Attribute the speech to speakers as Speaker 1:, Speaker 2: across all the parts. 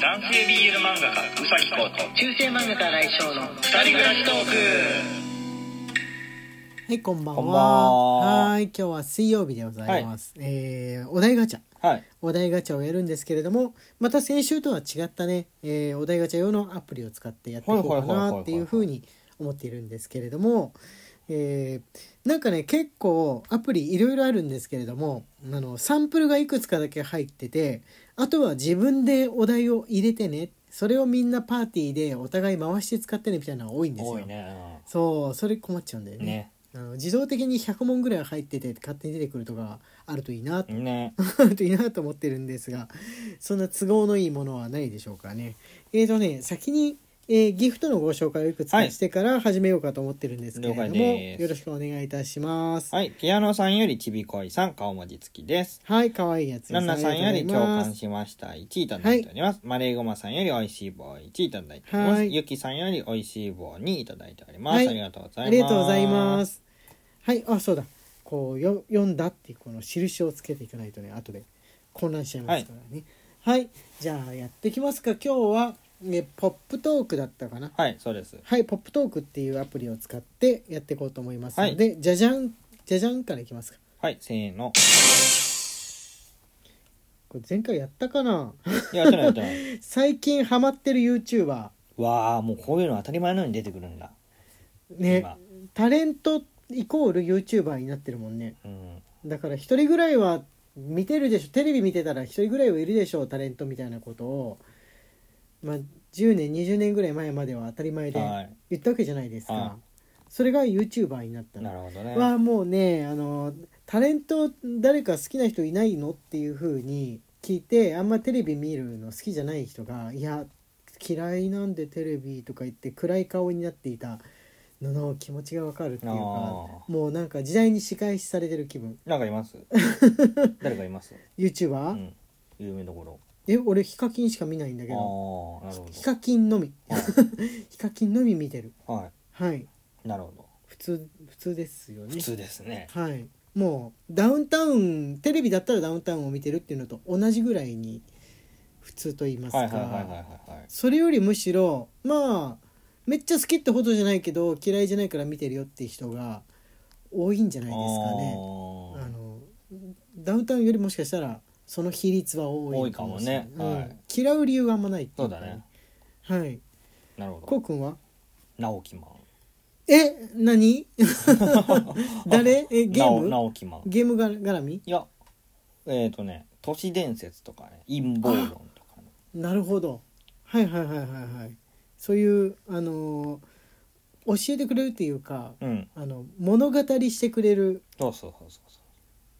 Speaker 1: 男性 BL 漫画家うさぎこと
Speaker 2: 中世漫画家来翔の
Speaker 1: 二人暮らしトーク
Speaker 2: はいこんばんは
Speaker 3: こんばんは
Speaker 2: ーい今日は水曜日でございます、えーお題ガチャ
Speaker 3: はい。
Speaker 2: お題ガチャをやるんですけれどもまた先週とは違ったね、えーお題ガチャ用のアプリを使ってやっていこうか
Speaker 3: はいはいはいはいはいは
Speaker 2: ないっていうふうに思っているんですけれども、えーなんかね結構アプリいろいろあるんですけれどもあのサンプルがいくつかだけ入っててあとは自分でお題を入れてねそれをみんなパーティーでお互い回して使ってねみたいなのが多いんですよ。
Speaker 3: 多いね。
Speaker 2: そうそれ困っちゃうんだよね
Speaker 3: ね。
Speaker 2: あの自動的に100問ぐらい入ってて勝手に出てくるとかあるといいな
Speaker 3: ね。
Speaker 2: あるといいなと思ってるんですがそんな都合のいいものはないでしょうかね。えーとね先に、えーギフトのご紹介をいくつ
Speaker 3: は
Speaker 2: か
Speaker 3: い
Speaker 2: してから始めようかと思ってるんですけれども、
Speaker 3: 了解です
Speaker 2: よろしくお願いいたします。
Speaker 3: はい。ピアノさんよりちびこいさん、顔文字付きです。
Speaker 2: はい、可愛いやつです。
Speaker 3: ナンナさんより共
Speaker 2: あ
Speaker 3: 感
Speaker 2: り
Speaker 3: しました。1位いただいております。マレーゴマさんよりおいしい棒1位いただいておりま
Speaker 2: は
Speaker 3: す。
Speaker 2: い
Speaker 3: ゆきさんよりおいしい棒2いただいております。
Speaker 2: はい
Speaker 3: ありがとうございます。
Speaker 2: がとうございます。。はい、あ、そうだ。こうよ読んだっていうこの印をつけていかないとね、後で混乱しちゃいますからね。はい、じゃあやってきますか。今日は、ね、ポップトークだったかな。
Speaker 3: はい、そうです。
Speaker 2: はい、ポップトークっていうアプリを使ってやっていこうと思いますので、じゃじゃん、じゃじゃんからいきますか。
Speaker 3: はい、せーの。
Speaker 2: これ前回やったかない
Speaker 3: や、やってないやってない。
Speaker 2: 最近ハマってる YouTuber。
Speaker 3: わあ、もうこういうの当たり前のように出てくるんだ。
Speaker 2: ね
Speaker 3: 今、
Speaker 2: タレントイコール YouTuber になってるもんね。
Speaker 3: うん。
Speaker 2: だから一人ぐらいは見てるでしょ。テレビ見てたら一人ぐらいはいるでしょう、タレントみたいなことを。まあ、10年、20年ぐらい前までは当たり前で
Speaker 3: はい
Speaker 2: 言ったわけじゃないですか。
Speaker 3: は
Speaker 2: それが YouTuber になったの
Speaker 3: なるほどね。
Speaker 2: はもうねあのタレント誰か好きな人いないのっていう風に聞いてあんまテレビ見るの好きじゃない人が「いや嫌いなんでテレビ」とか言って暗い顔になっていたのの気持ちがわかるっていうか
Speaker 3: あ
Speaker 2: もうなんか時代に仕返しされてる気分
Speaker 3: なんかいます 誰かいます
Speaker 2: YouTuber、
Speaker 3: うん。有名どころ。
Speaker 2: え俺ヒカキンしか見ないんだけど
Speaker 3: ああ、なるほ
Speaker 2: ヒカキンのみ
Speaker 3: ど。
Speaker 2: ヒカキンのみ見てる
Speaker 3: はい。はい
Speaker 2: はい
Speaker 3: なるほど。
Speaker 2: 普通普通ですよね
Speaker 3: 普通ですね。
Speaker 2: はい、もうダウンタウンテレビだったらダウンタウンを見てるっていうのと同じぐらいに普通と言います
Speaker 3: はいはいはいはい
Speaker 2: か
Speaker 3: はいはい。
Speaker 2: それよりむしろまあめっちゃ好きってほどじゃないけど嫌いじゃないから見てるよって人が多いんじゃないですかね。
Speaker 3: あー
Speaker 2: あのダウンタウンよりもしかしたらその比率は多いしれない
Speaker 3: 多いかもねはい
Speaker 2: うん、嫌う理由があんまないってい
Speaker 3: そうう
Speaker 2: か
Speaker 3: だね。
Speaker 2: はい
Speaker 3: なる
Speaker 2: こ
Speaker 3: ほ
Speaker 2: うくんは
Speaker 3: ど。直樹マン。
Speaker 2: え何 誰えゲー
Speaker 3: 直
Speaker 2: ム
Speaker 3: 直樹マン。
Speaker 2: ゲームが絡み
Speaker 3: いや、えっ、ー、とね、都市伝説とかね、陰謀論とかね。
Speaker 2: なるほどはいはいはいはいはいそういうあのー教えてくれるっていうか
Speaker 3: うん。
Speaker 2: あの物語してくれる
Speaker 3: そうそうそうそうそ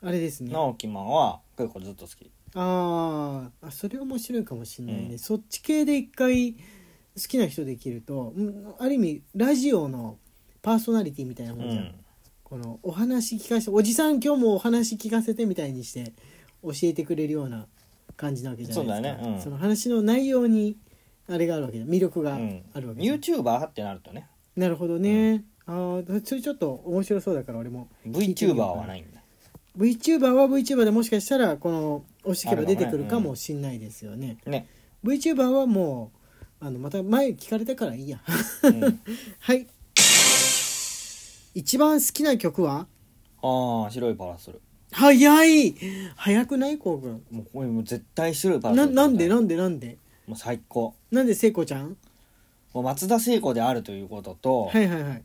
Speaker 2: あれです
Speaker 3: う。
Speaker 2: ねあ
Speaker 3: 直樹マンは結構ずっと好き。
Speaker 2: ーあそれ面白いかもしれないね、
Speaker 3: うん
Speaker 2: そっち系で一回好きな人できるとうんある意味ラジオのパーソナリティみたいな
Speaker 3: う
Speaker 2: もんじゃん、
Speaker 3: ん。
Speaker 2: このお話聞かせておじさん今日もお話聞かせてみたいにして教えてくれるような感じなわけじゃないですか
Speaker 3: そうだねうん
Speaker 2: その話の内容にあれがあるわけだ魅力
Speaker 3: う
Speaker 2: があるわ
Speaker 3: ん
Speaker 2: けだ、。
Speaker 3: YouTuber ってなるとね、
Speaker 2: なるほどね、ああそれちょっと面白そうだから俺も
Speaker 3: VTuber はないんだ。
Speaker 2: VTuber は VTuber でもしかしたらこの押していけば出てくるかもしんないですよね
Speaker 3: ね。
Speaker 2: VTuber はもうあのまた前聞かれたからいいや
Speaker 3: うん、
Speaker 2: はい一番好きな曲は
Speaker 3: ああ、白いパラソル。
Speaker 2: 早い早くないこうくん
Speaker 3: もうこれもう絶対白いパラソ
Speaker 2: な
Speaker 3: ル。
Speaker 2: なんでなんんでなんで
Speaker 3: もう最高。
Speaker 2: なんで聖子ちゃん
Speaker 3: もう松田聖子であるということと、
Speaker 2: はいはいはい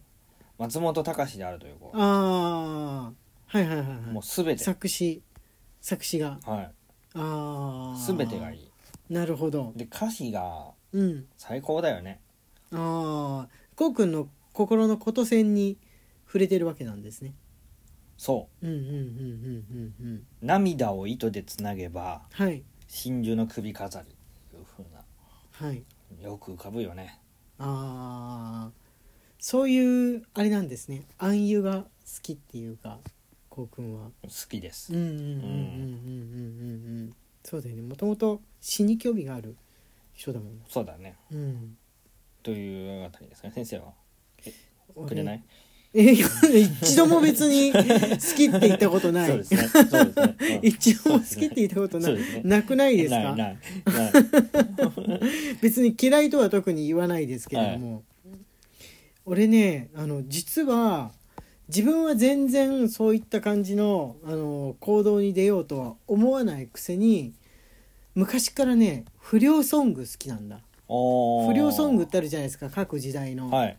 Speaker 3: 松本隆であるということ。
Speaker 2: ああはいはいはいはい
Speaker 3: もうすべて。
Speaker 2: 作詞作詞が
Speaker 3: はい。
Speaker 2: ああ
Speaker 3: 全てがいい
Speaker 2: なるほど
Speaker 3: で歌詞が
Speaker 2: うん
Speaker 3: 最高だよね
Speaker 2: ああこうくんの心のこと線に触れてるわけなんですね
Speaker 3: そ
Speaker 2: うんうんうんうんうんうん
Speaker 3: う涙を糸でつなげば
Speaker 2: はい
Speaker 3: 真珠の首飾りというふう
Speaker 2: はい
Speaker 3: なよく浮かぶよね
Speaker 2: ああそういうあれなんですね暗湯が好きっていうかこうくんは
Speaker 3: 好きです
Speaker 2: うんうんうんうんうんうんうんうんそうだよねもともと死に興味がある人だもん
Speaker 3: そうだね
Speaker 2: うん
Speaker 3: というあたりですね先生はく
Speaker 2: 俺
Speaker 3: れない
Speaker 2: 映画一度も別に好きって言ったことな
Speaker 3: そう
Speaker 2: い
Speaker 3: ですね。そうです ね。うん
Speaker 2: 一度も好きって言ったことな
Speaker 3: そう
Speaker 2: い、
Speaker 3: ですね
Speaker 2: なくないですか
Speaker 3: ない ないない。
Speaker 2: 別に嫌いとは特に言わないですけれども、俺ねあの実は自分は全然そういった感じのあの行動に出ようとは思わないくせに昔からね不良ソング好きなんだ
Speaker 3: おー
Speaker 2: 不良ソングってあるじゃないですか各時代の,、
Speaker 3: はい。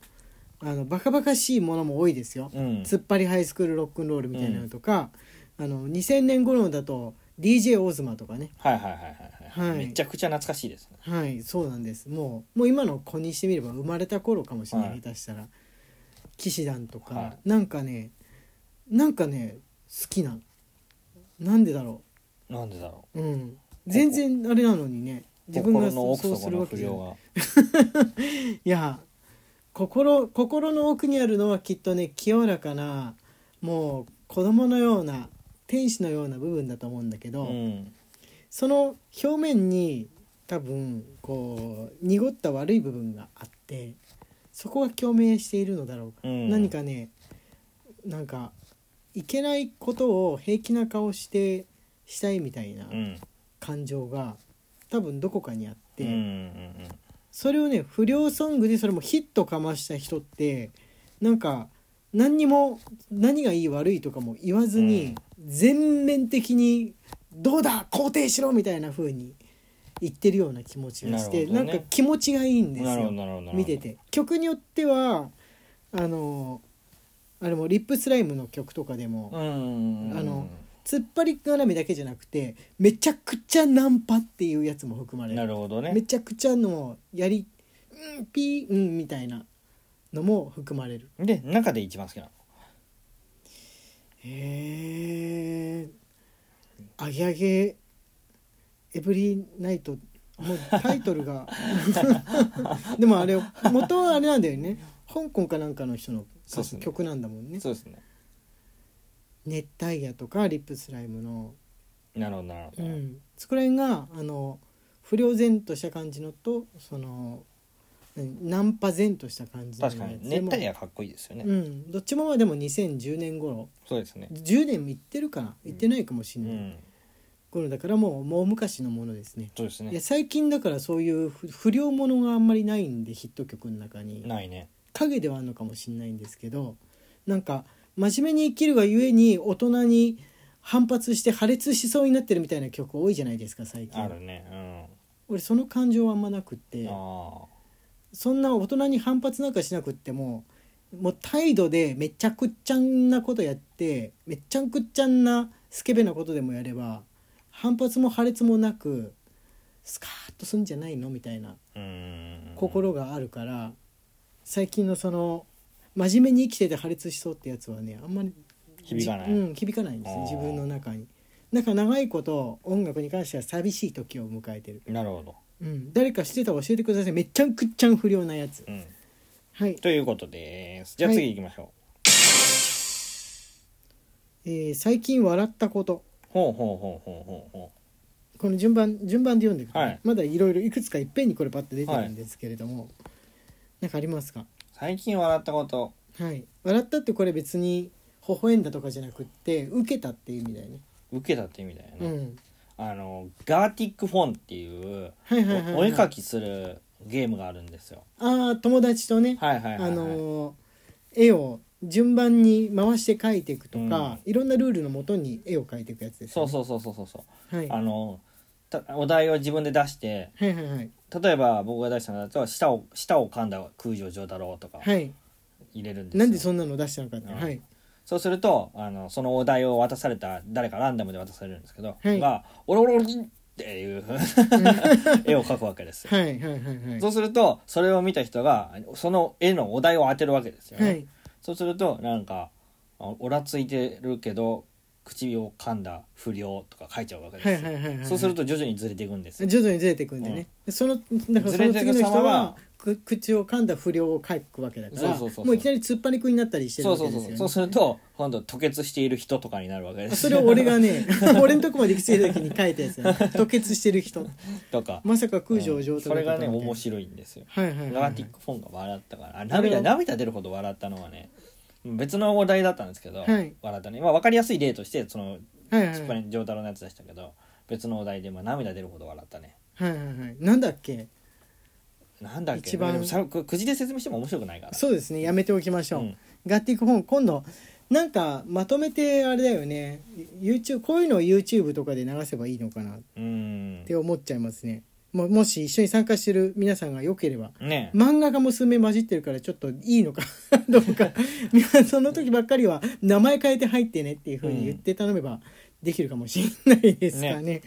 Speaker 2: あのバカバカしいものも多いですよ、
Speaker 3: うん。
Speaker 2: 突っ張りハイスクールロックンロールみたいなのとか、あの2000年頃だと DJ 大妻とかね
Speaker 3: はいはいはいはい。は
Speaker 2: はい
Speaker 3: い、めちゃくちゃ懐かしいですね。
Speaker 2: はいそうなんですもうもう今の子にしてみれば生まれた頃かもしれない、
Speaker 3: はい
Speaker 2: 下手したら騎士団とか、
Speaker 3: は
Speaker 2: なんかねなんかね好きなのなんでだろ
Speaker 3: なんでだろ
Speaker 2: ううん全然あれなのにね
Speaker 3: う。
Speaker 2: 自分が
Speaker 3: 心の
Speaker 2: そう
Speaker 3: 奥
Speaker 2: そうす
Speaker 3: 底
Speaker 2: る
Speaker 3: の
Speaker 2: わけ
Speaker 3: 不
Speaker 2: じゃ
Speaker 3: 良
Speaker 2: ない
Speaker 3: が。
Speaker 2: いや心心の奥にあるのはきっとね清らかなもう子供のような天使のような部分だと思うんだけ
Speaker 3: う
Speaker 2: ど、
Speaker 3: ん。
Speaker 2: その表面に多分こう濁った悪い部分があってそこが共鳴しているのだろうか、
Speaker 3: うん
Speaker 2: 何かねなんかいけないことを平気な顔してしたいみたいな
Speaker 3: うん。
Speaker 2: 感情が多分どこかにあっ
Speaker 3: う
Speaker 2: て、
Speaker 3: んうんうん。
Speaker 2: それをね不良ソングでそれもヒットかました人ってなんか何にも何がいい悪いとかも言わずに、全面的に「どうだ肯定しろ!」みたいな風に言ってるような気持ちがしてな,、
Speaker 3: なるほどね
Speaker 2: んか気持ちがいいんです
Speaker 3: なるほど
Speaker 2: よ
Speaker 3: なるほどなるほど。
Speaker 2: 見て。て曲によってはあのあれもリップスライムの曲とかでも、
Speaker 3: うんうんうん。
Speaker 2: あの突っ張り絡みだけじゃなくてめちゃくちゃナンパっていうやつも含まれる
Speaker 3: なるほど
Speaker 2: め
Speaker 3: ね。
Speaker 2: ちゃくちゃのやりうんピーうんみたいなのも含まれる
Speaker 3: で中で一番好きなの。
Speaker 2: へえあげあげエブリナイトもうタイトル がでもあれ元はあれなんだよね香港かなんかの人の
Speaker 3: そうっすね
Speaker 2: 曲なんだもんね
Speaker 3: そうですね。
Speaker 2: 熱帯夜とかリップスライムの
Speaker 3: なるほどなる
Speaker 2: う
Speaker 3: ほど。
Speaker 2: ん、そこら辺があの不良然とした感じのとその何ナンパ然とした感じのやつ
Speaker 3: 確かに
Speaker 2: で
Speaker 3: 熱
Speaker 2: も
Speaker 3: 帯夜かっこいいですよね。
Speaker 2: うん、どっちもはでも2010年頃
Speaker 3: そうですね。
Speaker 2: 10年も行ってるかな行ってないかもし
Speaker 3: う
Speaker 2: れない、
Speaker 3: ん。
Speaker 2: 頃だからもうもう昔のものですね
Speaker 3: そうです
Speaker 2: いや
Speaker 3: ね。
Speaker 2: 最近だからそういう不不良ものがあんまりないんでヒット曲の中に
Speaker 3: ないね。
Speaker 2: 影ではあるのかもしれないんですけどなんか真面目に生きるがゆえに大人に反発して破裂しそうになってるみたいな曲多いじゃないですか最近
Speaker 3: あるね。
Speaker 2: 俺その感情はあんまなくっ
Speaker 3: うん。
Speaker 2: て
Speaker 3: ああ。
Speaker 2: そんな大人に反発なんかしなくってももう態度でめちゃくちゃんなことやってめっちゃくちゃんなスケベなことでもやれば反発も破裂もなくスカーッとすんじゃないのみたいな
Speaker 3: うん。
Speaker 2: 心があるから最近のその真面目に生きてて破裂しそうってやつはねあんまり
Speaker 3: 響かな
Speaker 2: じ
Speaker 3: い
Speaker 2: うん、響かないんですね
Speaker 3: あー
Speaker 2: 自分の中に。なんか長いこと音楽に関しては寂しい時を迎えてる、
Speaker 3: なるほど。
Speaker 2: うん、誰か知ってたら教えてくださいめっちゃくっちゃん不良なやつ
Speaker 3: うん。
Speaker 2: はい、
Speaker 3: ということです。じゃあ
Speaker 2: はい
Speaker 3: 次行きましょう。
Speaker 2: えー最近笑ったこと
Speaker 3: ほうほうほうほうほうほ
Speaker 2: この順番順番で読んでいくとね、
Speaker 3: はい
Speaker 2: まだいろいろいくつかいっぺんにこれパッと出てるんですけれども、なんかありますか
Speaker 3: う。最近笑ったこと。
Speaker 2: はい笑ったってこれ別に微笑んだとかじゃなくって受けたっていう意味だよね
Speaker 3: 受けたって意味だよね、
Speaker 2: うん
Speaker 3: あのガーティックフォンっていう
Speaker 2: はいはいはいはい
Speaker 3: おお絵描きするゲームがあるんですよ
Speaker 2: ああ友達とね、
Speaker 3: はいはいはい、はい、
Speaker 2: あのー絵を順番に回して描いていくとか、いろんなルールのもとに絵を描いていくやつです、ね、
Speaker 3: そうそうそうそうそうそう
Speaker 2: はい
Speaker 3: あ
Speaker 2: はい
Speaker 3: のたお題を自分で出して
Speaker 2: はいはい
Speaker 3: 例えば僕が出したのだと舌を舌を噛んだ空城城太郎とか
Speaker 2: はい
Speaker 3: 入れるんですよ
Speaker 2: なんでそんなの出したのかって、
Speaker 3: うん
Speaker 2: はい
Speaker 3: そうするとあのそのお題を渡された誰かランダムで渡されるんですけど、
Speaker 2: はい
Speaker 3: が「オロオロリン!」っていう 絵を描くわけですよ
Speaker 2: はいはいはいはい
Speaker 3: そうするとそれを見た人がその絵のお題を当てるわけですよね、
Speaker 2: はい
Speaker 3: そうするとなんか「あおらついてるけど口を噛んだ不良」とか書いちゃうわけです
Speaker 2: は
Speaker 3: よ、
Speaker 2: いはいはいはい
Speaker 3: そうすると徐々にずれていくんですよ
Speaker 2: 徐々にずれていくんでね、そのだからその
Speaker 3: ずれて
Speaker 2: 次
Speaker 3: い
Speaker 2: の
Speaker 3: く様は
Speaker 2: 人はく口を噛んだ不良を書くわけだから
Speaker 3: そうそうそうそう
Speaker 2: もういきなり突っ張りくになったりしてる
Speaker 3: そ
Speaker 2: わ
Speaker 3: う
Speaker 2: け
Speaker 3: そ
Speaker 2: で
Speaker 3: う
Speaker 2: す
Speaker 3: そ
Speaker 2: よ、
Speaker 3: う
Speaker 2: ね、
Speaker 3: そうすると今度吐血している人とかになるわけで
Speaker 2: あ
Speaker 3: す
Speaker 2: それを俺が ね俺のとこまで行き着いた時に書いたやつだね吐血してる人
Speaker 3: とか、
Speaker 2: まさか空
Speaker 3: う
Speaker 2: 城
Speaker 3: ん
Speaker 2: 上
Speaker 3: それがね面
Speaker 2: い
Speaker 3: 白いんですよ
Speaker 2: はいはいはい、は
Speaker 3: ガー
Speaker 2: い
Speaker 3: ティックフォンが笑ったからあ
Speaker 2: れは
Speaker 3: 涙涙出るほど笑ったのはね別のお題だったんですけど、
Speaker 2: はい
Speaker 3: 笑ったね、まあ、分かりやすい例としてその
Speaker 2: はいは
Speaker 3: すっ
Speaker 2: い
Speaker 3: ぱ
Speaker 2: はい
Speaker 3: り丈太郎のやつでしたけど別のお題で、まあ、涙出るほど笑ったね
Speaker 2: はいはいなんだっけ
Speaker 3: なんだっけ
Speaker 2: 一番
Speaker 3: でもさくくじで説明しても面白くないから
Speaker 2: そうですねやめておきましょう、
Speaker 3: うん
Speaker 2: ガッティック本今度なんかまとめてあれだよね YouTube こういうのを YouTube とかで流せばいいのかなっ
Speaker 3: うん
Speaker 2: て思っちゃいますねももし一緒に参加してる皆さんが良ければ
Speaker 3: ね
Speaker 2: 漫画が娘混じってるからちょっといいのか どうかみんなその時ばっかりは名前変えて入ってねっていうふうに言って頼めばできるかもしれないですかね。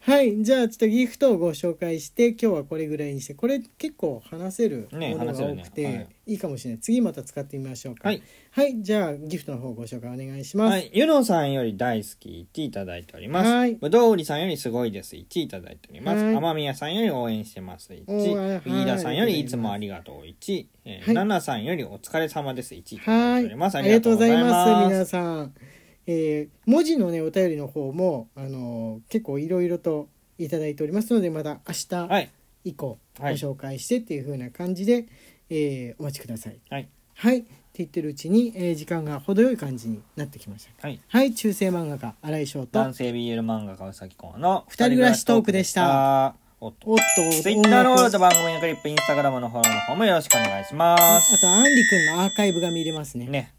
Speaker 2: はいじゃあちょっとギフトをご紹介して今日はこれぐらいにしてこれ結構話せるも
Speaker 3: ね
Speaker 2: のが
Speaker 3: 話せる
Speaker 2: 多
Speaker 3: ね
Speaker 2: くて、
Speaker 3: はい
Speaker 2: い、いかもしれない次また使ってみましょうか。
Speaker 3: はい、
Speaker 2: はいじゃあギフトの方ご紹介お願いします。
Speaker 3: はい、ユノさんより大好きっていただいております。
Speaker 2: はい
Speaker 3: ぶどう売りさんよりすごいです1いただいております。
Speaker 2: はい
Speaker 3: 天宮さんより応援してます1、
Speaker 2: おーはい
Speaker 3: 飯田さんよりいつもありがとう1、えー
Speaker 2: はい
Speaker 3: ナナさんよりお疲れ様です1いただ
Speaker 2: はい
Speaker 3: てお
Speaker 2: い
Speaker 3: ります。
Speaker 2: ありがとうございます
Speaker 3: ありがとうござい
Speaker 2: 皆さん、えー文字のねお便りの方もあのー結構いろいろといただいておりますのでまた明日、
Speaker 3: はい、
Speaker 2: 以降ご
Speaker 3: はい
Speaker 2: 紹介してっていう風な感じで、えーお待ちください。
Speaker 3: はい、
Speaker 2: はいって言ってるうちに、えー時間が程よい感じになってきました。
Speaker 3: はい。
Speaker 2: はい中世漫画家新井翔と
Speaker 3: 男性 BL 漫画川崎コンの
Speaker 2: 二人暮らしトークでした。
Speaker 3: おっと。
Speaker 2: おっと
Speaker 3: Twitter のフォローと
Speaker 2: あ
Speaker 3: 番組のクリップ、インスタグラムのフォローの方もよろしくお願いします。
Speaker 2: とあんりくんのアーカイブが見れますね。
Speaker 3: ね。